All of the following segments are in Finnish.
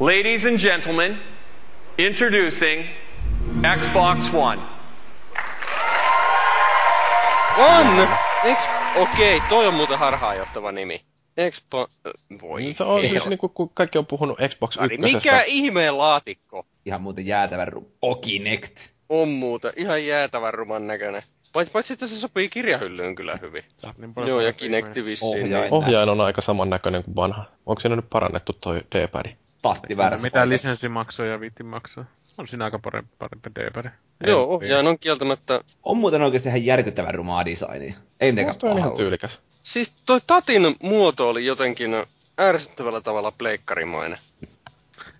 Ladies and gentlemen, introducing Xbox One. On! Eks... Okei, toi on muuten harhaanjohtava nimi. Expo... Voi. Se on ei siis ole. niinku, kun kaikki on puhunut Xbox Ari, 1. Mikä ihmeen laatikko Ihan muuten jäätävä ru- Okinect. on muuta. Ihan jäätävän ruman näköinen. Paitsi, paitsi että se sopii kirjahyllyyn kyllä hyvin. niin Joo, ja Kinecti vissiin. Ohjain. niin. Ohjain on aika samannäköinen kuin vanha. Onko siinä nyt parannettu toi D-pad? Tatti väärässä Mitä paikassa. lisenssimaksuja viitti maksaa? On siinä aika parempi, parempi d Joo, ohjaan on kieltämättä On muuten oikeasti ihan järkyttävän rumaa designia. Ei mitenkään Toi on ihan pahaa. tyylikäs. Siis toi tatin muoto oli jotenkin ärsyttävällä tavalla pleikkarimainen.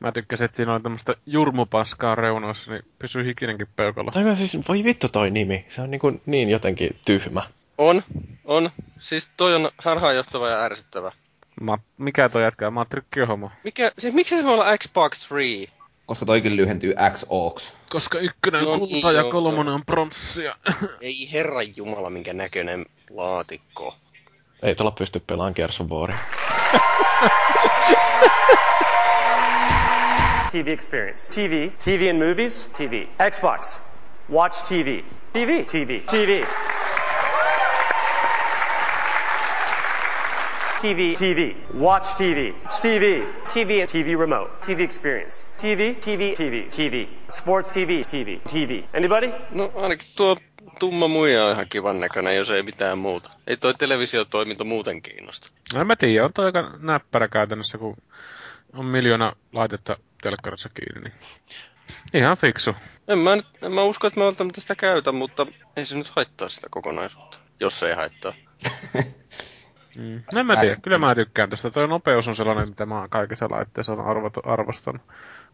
Mä tykkäsin, että siinä oli tämmöistä jurmupaskaa reunoissa, niin pysyy hikinenkin peukalla. Toi on siis, voi vittu toi nimi. Se on niinku niin jotenkin tyhmä. On, on. Siis toi on harhaanjohtava ja ärsyttävä. Ma, mikä toi jätkää? Mä oon trikkiohomo. Mikä, siis miksi se voi olla Xbox 3? Koska toikin lyhentyy XOX. Koska ykkönen No on niin, kulta ja joo, kolmonen on pronssia. Ei herran jumala, minkä näköinen laatikko. Ei tuolla pysty pelaamaan Kersoboria. TV experience. TV, TV and movies, TV. Xbox, watch TV. TV, TV, TV. TV, TV, watch TV, TV, TV, and TV remote, TV experience, TV, TV, TV, TV, sports TV, TV, TV. Anybody? No ainakin tuo tumma muija on ihan kivan näköinen, jos ei mitään muuta. Ei toi televisiotoiminta muuten kiinnosta. No en mä tiedä, on toi aika näppärä käytännössä, kun on miljoona laitetta telkkarissa kiinni. Niin. Ihan fiksu. En mä, nyt, en mä usko, että mä välttämättä sitä käytän, mutta ei se nyt haittaa sitä kokonaisuutta. Jos ei haittaa. Mm. No en mä tiedä, Äs- kyllä mä tykkään tästä. Toi nopeus on sellainen, mitä mä oon kaikissa laitteissa on arvot, arvostanut.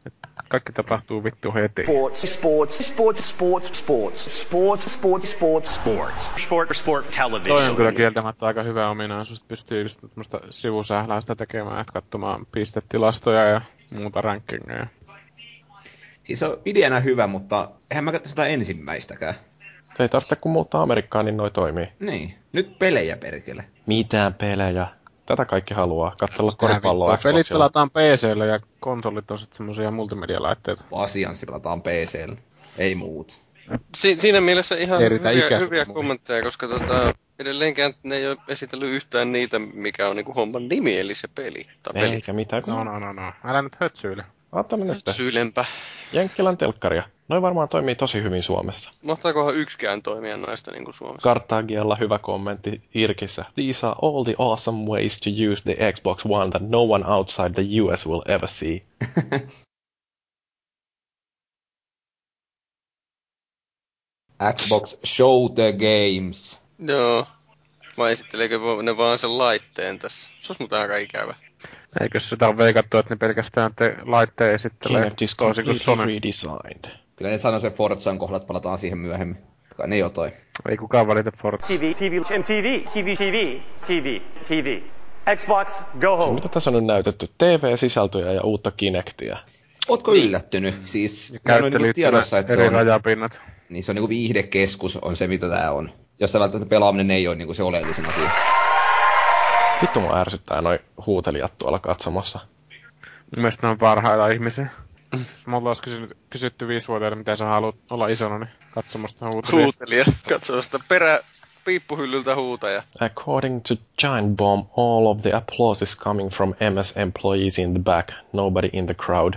Et kaikki tapahtuu vittu heti. Sports, sports, sports, sports, sports, sports, sports, sports, sports. Sport, sport, Toi television. on kyllä kieltämättä aika hyvä ominaisuus, että pystyy just tämmöistä sivusähläystä tekemään, että katsomaan pistetilastoja ja muuta rankingeja. Siis se on ideana hyvä, mutta eihän mä katso sitä ensimmäistäkään. Se ei tarvitse kun muuttaa Amerikkaan, niin noi toimii. Niin. Nyt pelejä perkele. Mitään pelejä. Tätä kaikki haluaa. Katsella Tää koripalloa vittua. Pelit Xboxilla. pelataan PCllä ja konsolit on sitten semmoisia Mm. multimedialaitteita. Asiansi pelataan PCllä. Ei muut. Si- siinä mielessä ihan Ei riitä hyviä, ikäistä hyviä muihin. kommentteja, koska tota, edelleenkään ne ei ole esitellyt yhtään niitä, mikä on niinku homman nimi, eli se peli. Tai peli. Eikä mitään. Kun... No no no no, älä nyt hötsyile. Ajattelen, että Syylempä. Jenkkilän telkkaria. Noi varmaan toimii tosi hyvin Suomessa. Mahtaakohan yksikään toimia noista niinku Suomessa? Kartagialla hyvä kommentti Irkissä. These are all the awesome ways to use the Xbox One that no one outside the US will ever see. Xbox Show the Games. Joo. Vai esitteleekö ne vaan sen laitteen tässä? Se olisi muuten aika ikävä. Eikö sitä ole veikattu, että ne pelkästään te laitteen esittelee Kinect is toisin kuin Sony? completely redesigned. Kyllä ne sanoi se Forzan kohdat, palataan siihen myöhemmin. Kai ne jotain. Ei kukaan välitä Forzasta. TV, TV, and TV, TV, TV, TV, TV. Xbox, go home. Oh. Mitä tässä on nyt näytetty? TV-sisältöjä ja uutta Kinectiä. Ootko yllättynyt? Siis se on niinku Käyttöliittymät, tiedossa, että se eri on, rajapinnat. niin se on niinku viihdekeskus on se, mitä tää on. Jos se välttämättä pelaaminen ei ole niinku se oleellisin asia. Vittu mua ärsyttää noi huutelijat tuolla katsomassa. Mun mielestä ne on parhaita ihmisiä. Jos mulla olisi kysynyt, kysytty viisivuotiaana, mitä sä haluat olla isona, niin katsomasta huutelee. Huutelija katsoo sitä perä piippuhyllyltä huutaja. According to Giant Bomb, all of the applause is coming from MS employees in the back, nobody in the crowd.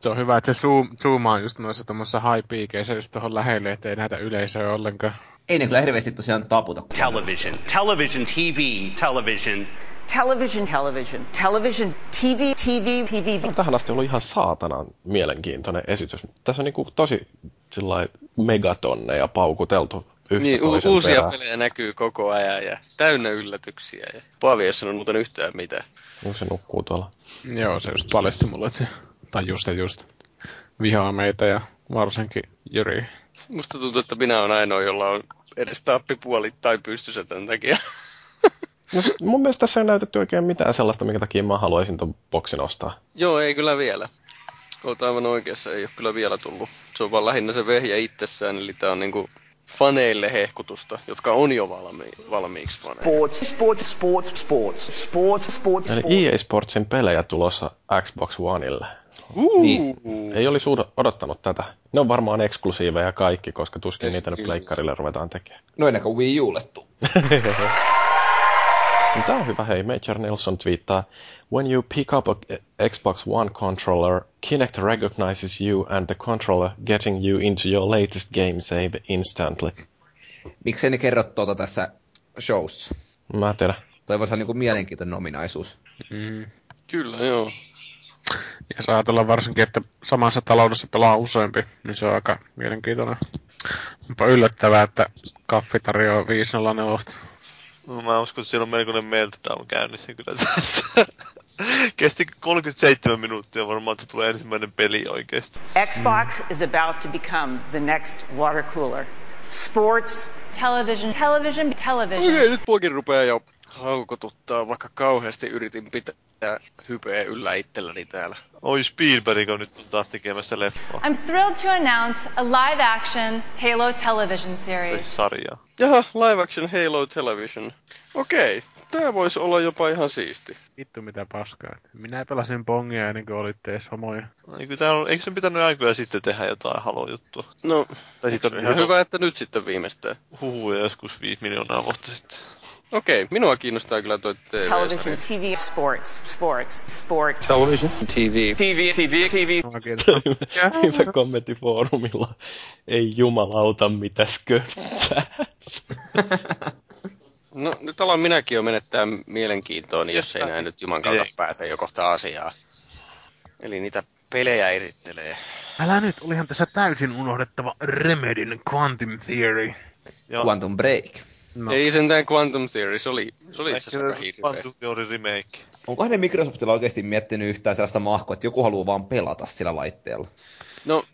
Se on hyvä, että se zoom, zoomaa just noissa tuommoissa high peakeissä just tuohon lähelle, ettei näitä yleisöä ollenkaan. Ei ne kyllä hirveästi tosiaan taputa. television, television, TV, television, television, television, television, TV, TV, TV, on tähän asti ollut ihan saatanan mielenkiintoinen esitys. Tässä on niinku tosi sillai megatonneja paukuteltu yhtä Niin, u- toisen uusia perään. pelejä näkyy koko ajan ja täynnä yllätyksiä. Ja Paavi ei sanonut muuten yhtään mitään. Juu, Se nukkuu tuolla. Joo, se just paljastui mulle, että se, tai just ja just, vihaa meitä ja varsinkin Jyri. Musta tuntuu, että minä olen ainoa, jolla on edes tappipuoli tai pystyssä tämän takia. No, s- mun mielestä tässä ei näytetty oikein mitään sellaista, minkä takia mä haluaisin ton boksin ostaa. Joo, ei kyllä vielä. Olet aivan oikeassa, ei ole kyllä vielä tullut. Se on vaan lähinnä se vehje itsessään, eli tämä on niinku faneille hehkutusta, jotka on jo valmi- valmiiksi faneja. sports, sports, sports, sports, sports, sports, Eli EA Sportsin pelejä tulossa Xbox Oneille. Niin. Uh, Ei olisi uud- odottanut tätä. Ne on varmaan eksklusiiveja kaikki, koska tuskin niitä nyt Kyllä. pleikkarille ruvetaan tekemään. No ennen kuin Wii Ulle tuu. Niin Tää on hyvä. Hei, Major Nelson twiittaa, When you pick up a Xbox One controller, Kinect recognizes you and the controller getting you into your latest game save instantly. Miksei ne kerro tuota tässä showssa? Mä en tiedä. Toi voisi olla niinku mielenkiintoinen ominaisuus. Kyllä, joo. Ja jos ajatellaan varsinkin, että samassa taloudessa pelaa useampi, niin se on aika mielenkiintoinen. Onpa yllättävää, että kaffi tarjoaa 504. No, Mä uskon, että siellä on melkoinen meltdown käynnissä kyllä tästä. Kesti 37 minuuttia varmaan, että tulee ensimmäinen peli oikeesti. Xbox is about to become the next water cooler. Sports, Television, television, television. Okei, nyt muakin rupeaa jo haukotuttaa, vaikka kauheasti yritin pitää hypeä yllä itselläni täällä. Oi Spielberg on nyt on taas tekemässä leffaa. I'm thrilled to announce a live action Halo television Tai series. siis sarjaa. Jaha, live action Halo Television. Okei, tää voisi olla jopa ihan siisti. Vittu mitä paskaa. Minä pelasin pongia ennen kuin olitte edes homoja. Niin kuin tää on, eikö sen pitänyt aikoja sitten tehdä jotain halojuttua? No, Tai se sitten on ihan hyvä, että nyt sitten viimeistään. Huhuja joskus 5 miljoonaa vuotta sitten. Okei, minua kiinnostaa kyllä toi television, TV-sarja. TV, sports, sports, sport, Television. TV. TV, TV, TV. Mua kiinnostaa. Hyvä kommentti foorumilla. Ei jumalauta, mitä skörtsää. No, nyt alan minäkin jo menettää mielenkiintoa, niin jos ei Jostain. näin nyt Juman kautta Ei. pääse jo kohta asiaa. Eli niitä pelejä erittelee. Älä nyt, olihan tässä täysin unohdettava Remedin Quantum Theory. Ja Quantum Break. No. Ei sentään Quantum Theory, se oli, se oli itse asiassa aika hirveä. Quantum Theory remake. Onkohan ne Microsoftilla oikeasti miettinyt yhtään sellaista mahkoa, että joku haluaa vaan pelata sillä laitteella? No,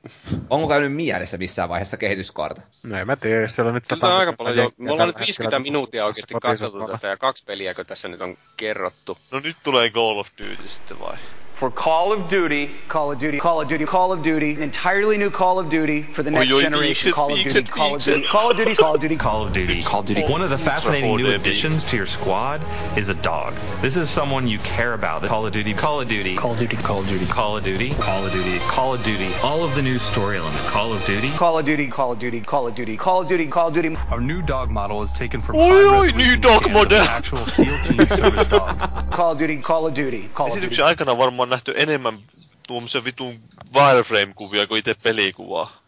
Onko käynyt mielessä missään vaiheessa kehityskaarta? No en mä tiedä, jos siellä on nyt Kyllä tämä on aika sata- paljon jo. Me jengiä ollaan nyt tällä 50 hetkellä. minuuttia oikeasti Spotify- katsottu tätä ja kaksi peliäkö tässä nyt on kerrottu. No nyt tulee Call of Duty sitten vai? For Call of Duty, Call of Duty, Call of Duty, Call of Duty, an entirely new Call of Duty for the next oi, niin generation. viikset, Call of Duty, viikset, Call of Duty, viikset. Call of Duty, Call of Duty, Call Call of Duty. Call of Duty. One of the fascinating new additions to your squad is a dog. This is someone you care about. Call of Duty. Call of Duty. Call of Duty. Call of Duty. Call of Duty. Call of Duty. Call of Duty. All of the new story element. Call of Duty. Call of Duty, Call of Duty, Call of Duty, Call of Duty, Call of Duty. Our new dog model is taken from Oi, niin oi, high new dog model. actual SEAL Team service dog. Call of Duty, Call of Duty, Call of Duty. Esityksen aikana on varmaan nähty enemmän tuommoisia vitun wireframe-kuvia kuin itse pelikuvaa.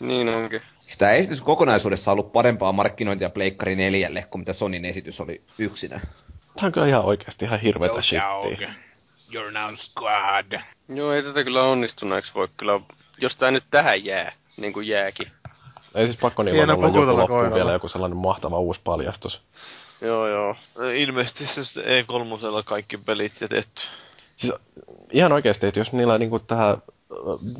Niin onkin. Sitä esitys kokonaisuudessa on ollut parempaa markkinointia Pleikkari 4 kuin mitä Sonin esitys oli yksinä. Tää on kyllä ihan oikeasti ihan hirveetä shittiä. You're now squad. Joo, ei tätä kyllä onnistuneeksi voi kyllä, jos tää nyt tähän jää, niin kuin jääkin. Ei siis pakko niin vaan Hieno olla joku pukutella loppuun koiralla. vielä joku sellainen mahtava uusi paljastus. Joo, joo. Ilmeisesti se sitten E3 kaikki pelit jätetty. Siis ihan oikeasti, että jos niillä niinku tää ö,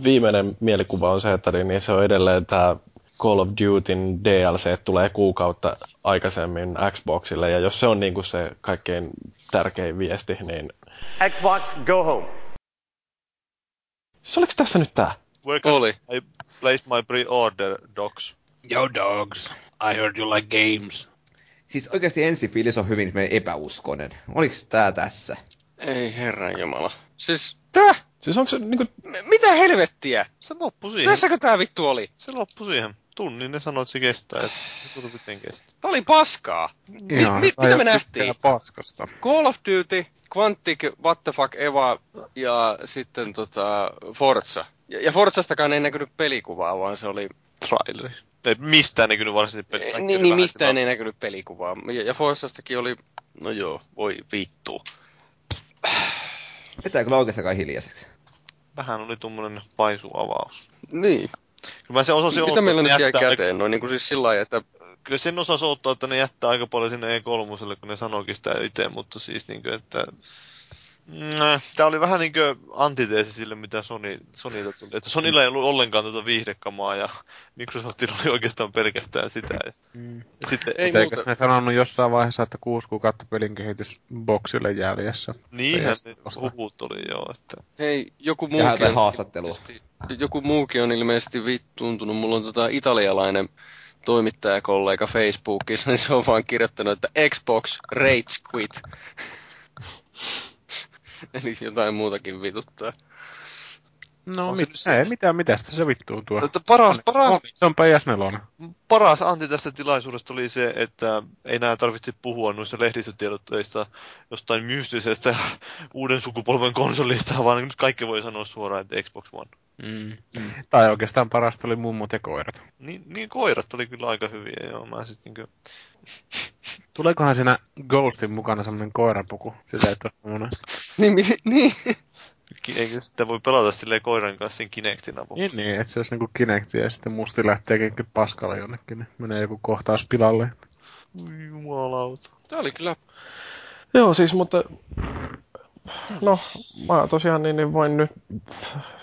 viimeinen mielikuva on se, että niin niin se on edelleen tää Call of Dutyn DLC että tulee kuukautta aikaisemmin Xboxille, ja jos se on niinku se kaikkein tärkein viesti, niin Xbox, go home. siis oliko tässä nyt tää? Where Oli. I place my pre-order docs? Yo dogs, I heard you like games. Siis oikeasti ensi fiilis on hyvin semmoinen epäuskoinen. Oliko tää tässä? Ei herran jumala. Siis, Siis onko se niinku, m- mitä helvettiä? Se loppu siihen. No Tässäkö tää vittu oli? Se loppu siihen. Tunnin ne sanoi, että se kestää. että Joku miten kestää. Tää oli paskaa. mi- mitä me nähtiin? Paskasta. Call of Duty, Quantic, What the fuck, Eva ja sitten tota Forza. Ja, ja Forzastakaan ei näkynyt pelikuvaa, vaan se oli Traileri. Ei mistään näkynyt varsinaisesti peli. Ei, kaikki Niin, oli niin vähän mistään sitä- ei näkynyt pelikuvaa. Ja, ja Forzastakin oli, no joo, voi vittu. Vetää kyllä oikeastaan hiljaiseksi. Vähän oli tuommoinen paisu avaus. Niin. Kyllä mä sen osasin Mitä odottaa, meillä että nyt ne jäi jättää- käteen? No niin kuin siis sillä lailla, että Kyllä sen osasin odottaa, että ne jättää aika paljon sinne E3, kun ne sanoikin sitä itse, mutta siis niin kuin, että... Tämä oli vähän niin kuin antiteesi sille, mitä Sony, Sonylta tuli. Että Sonylla ei ollut ollenkaan tuota viihdekamaa ja Microsoftilla oli oikeastaan pelkästään sitä. Ja, ja sitten, ei Eikö muuta. ne sanonut jossain vaiheessa, että kuusi kuukautta pelin kehitys boksille jäljessä? niinhän ne Vasta. huhut oli joo, että... Hei, joku Ja muukin, jotain on, haastattelua. joku muukin on ilmeisesti vittuuntunut. Mulla on tota italialainen toimittajakollega Facebookissa, niin se on vaan kirjoittanut, että Xbox Rage Quit. Eli jotain muutakin vituttaa. No, On on se mit, nyt ei mitään, mitä sitä se vittuu No, tuo. Mutta paras- paras- On, se on PS4. paras anti tästä tilaisuudesta oli se, että ei enää tarvitse puhua noissa lehdistötiedotteista jostain mystisestä uuden sukupolven konsolista, vaan nyt kaikki voi sanoa suoraan, että Xbox One. Mm. Tai oikeastaan parasta oli mummot ja koirat. Niin, niin koirat oli kyllä aika hyviä, joo. Mä sit niinku niinkö... Tuleekohan siinä Ghostin mukana semmonen koirapuku? Sitä ei ole semmonen. Niin, niin. ki- Eikö sitä voi pelata silleen koiran kanssa sen Kinectin avulla? Niin, niin, että se olisi niinku Kinecti ja sitten musti lähtee kenkin paskalle jonnekin, niin menee joku kohtaus pilalle. Voi Jumalauta. Tää oli kyllä... Joo, siis mutta... No, mä tosiaan niin, niin voin nyt,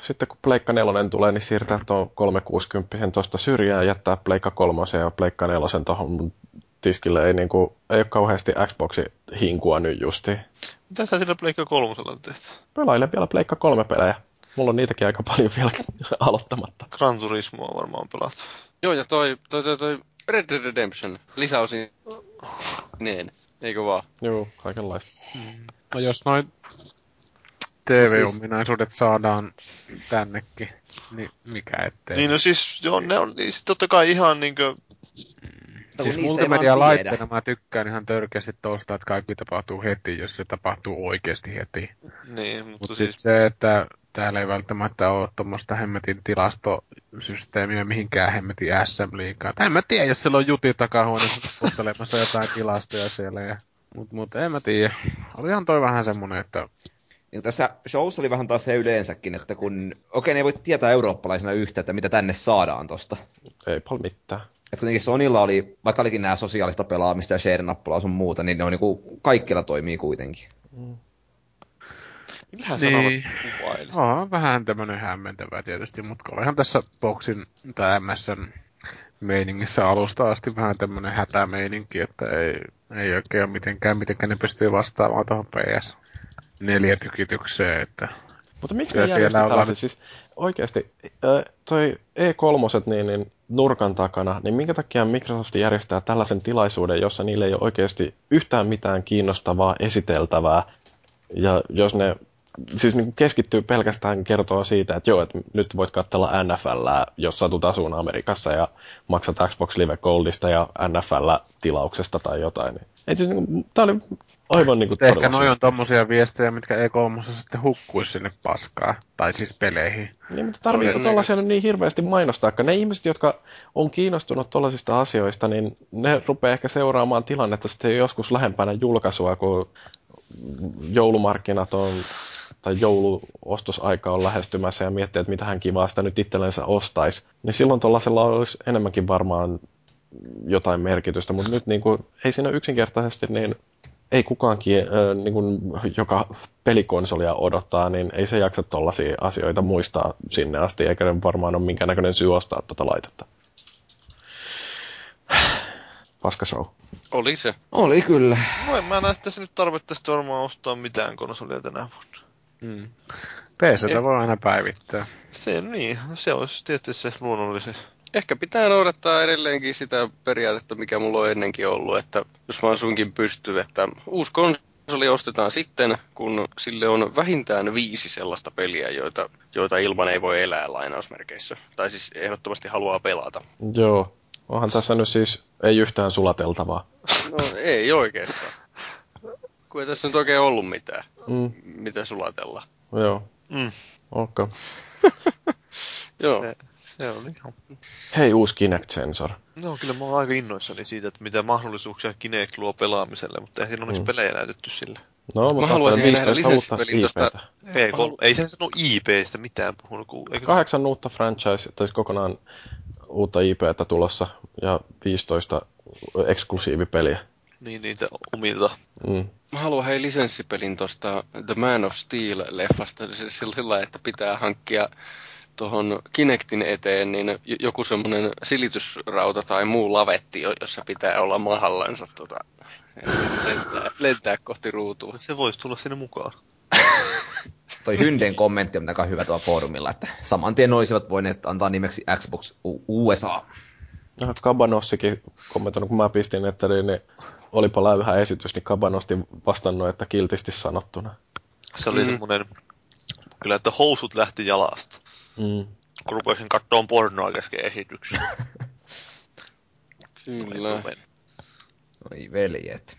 sitten kun Pleikka 4 tulee, niin siirtää tuon 360 tuosta syrjään, jättää Pleikka 3 ja Pleikka 4 tuohon mun tiskille. Ei, niin kuin, ei ole kauheasti Xboxi hinkua nyt justiin. Mitä sä sillä Pleikka kolmosella teet? Pelailen vielä Pleikka 3 pelejä. Mulla on niitäkin aika paljon vielä aloittamatta. Gran Turismoa varmaan pelattu. Joo, ja toi, toi, toi, toi Red Dead Redemption lisäosin. Niin, eikö vaan? Joo, kaikenlaista. No jos noin TV-ominaisuudet saadaan tännekin, niin mikä ettei. Niin no siis, joo, ne on niin, sit totta kai ihan niinkö... siis multimedia laitteena mä tykkään ihan törkeästi tosta, että kaikki tapahtuu heti, jos se tapahtuu oikeasti heti. Niin, mutta Mutta siis... siis... se, että täällä ei välttämättä ole tuommoista hemmetin tilastosysteemiä mihinkään hemmetin SM-liikaa. Tai en mä tiedä, jos siellä on juti takahuoneessa kuuntelemassa jotain tilastoja siellä. Ja... Mutta mut, en mä tiedä. Olihan toi vähän semmonen, että Niin tässä showssa oli vähän taas se yleensäkin, että kun, okei, ne ei voi tietää eurooppalaisena yhtä, että mitä tänne saadaan tosta. Ei paljon mitään. Et kuitenkin Sonilla oli, vaikka olikin nämä sosiaalista pelaamista ja share-nappulaa sun muuta, niin ne on niinku, kaikkialla toimii kuitenkin. Millähän Niin. sanomat kuvaili? on vähän tämmönen hämmentävä tietysti, mutta olihan tässä boksin tai MSN meiningissä alusta asti vähän tämmönen hätämeininki, että ei, ei oikein ole mitenkään, mitenkään ne pystyy vastaamaan tuohon PS4-tykitykseen, että Mutta miksi Kyllä ne siellä järjestetään on ollaan... vaan- siis oikeasti, äh, toi E3 niin, niin nurkan takana, niin minkä takia Microsoft järjestää tällaisen tilaisuuden, jossa niille ei ole oikeasti yhtään mitään kiinnostavaa esiteltävää, ja jos ne siis niin keskittyy pelkästään kertoa siitä, että joo, että nyt voit katsella NFLää, jos satut asuun Amerikassa ja maksat Xbox Live Goldista ja NFL-tilauksesta tai jotain. Niin. Et siis, niin, tämä oli aivan niin kuin Mutta ehkä noi on tommosia viestejä, mitkä ei 3 sitten hukkuisi sinne paskaa. Tai siis peleihin. Niin, mutta tarviiko Todennäköisesti. tuollaisia nyt niin hirveästi mainostaa, ne ihmiset, jotka on kiinnostunut tuollaisista asioista, niin ne rupeaa ehkä seuraamaan tilannetta sitten joskus lähempänä julkaisua, kun joulumarkkinat on tai jouluostosaika on lähestymässä ja miettii, että mitä hän kivaa sitä nyt itsellensä ostaisi, niin silloin tuollaisella olisi enemmänkin varmaan jotain merkitystä, mutta nyt niin kuin, ei siinä yksinkertaisesti niin ei kukaan, kie- ö, niin kuin, joka pelikonsolia odottaa, niin ei se jaksa tuollaisia asioita muistaa sinne asti, eikä ne varmaan ole minkäännäköinen syy ostaa tuota laitetta. Paska show. Oli se. Oli kyllä. No en mä näe tässä nyt tarvetta sitten varmaan ostaa mitään konsolia tänä vuonna. Mm. PCtä voi aina päivittää. Se niin, no se olisi tietysti se luonnollisin. Ehkä pitää noudattaa edelleenkin sitä periaatetta, mikä mulla on ennenkin ollut, että jos vaan suinkin pystyy, että uusi konsoli ostetaan sitten, kun sille on vähintään viisi sellaista peliä, joita, joita ilman ei voi elää lainausmerkeissä. Tai siis ehdottomasti haluaa pelata. Joo. Onhan tässä nyt siis ei yhtään sulateltavaa. No ei oikeastaan. Kun ei tässä nyt oikein ollut mitään, Mm, mitä sulatella. joo. Mm. Okay. Joo. Se, se oli ihan... Hei uusi Kinect-sensor. No kyllä mä oon aika innoissani siitä, että mitä mahdollisuuksia Kinect luo pelaamiselle, mutta ei siinä onneksi Mm. pelejä näytetty sillä. No, mutta haluaisin ottaen nähdä 15 uutta lisenssipelin tosta- IPtä. Ei, kol- ei se sano IPstä mitään puhunut, kun... Eikö... Kahdeksan uutta franchise, tai siis kokonaan uutta IPtä tulossa ja 15 eksklusiivipeliä. Niin niitä omilta. Mm. Mä haluan hei lisenssipelin tosta The Man of Steel-leffasta siis sillä lailla, että pitää hankkia tuohon Kinectin eteen niin j- joku semmoinen silitysrauta tai muu lavetti, jo- jossa pitää olla mahallansa tota, lentää, lentää kohti ruutua. Se voisi tulla sinne mukaan. Toi Hynden kommentti on aika hyvä tuolla foorumilla, että saman tien olisivat voineet antaa nimeksi Xbox U- USA. Kabanossakin kommentoinut, kun mä pistin, että niin, niin olipa läyhä esitys, niin Kabanosti vastannut, että kiltisti sanottuna. Se oli Mm. mm. semmoinen, kyllä että housut lähti jalasta, Mm. kun rupesin kattoon pornoa kesken esityksen. Kyllä. Oi veljet.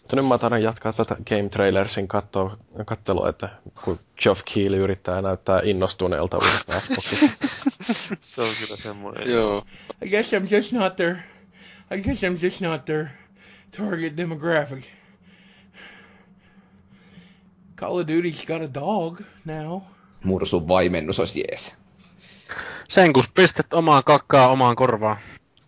Mutta nyt mä taidan jatkaa tätä Game Trailersin kattoa, kattelua, että kun Geoff Keighley yrittää näyttää innostuneelta uudesta Xboxista. Se on kyllä semmoinen. Joo. I guess I'm just not their, I guess I'm just not their target demographic. Call of Duty's got a dog now. Mursun vaimennus olisi jees. Sen kun pistät omaa kakkaa omaan korvaan.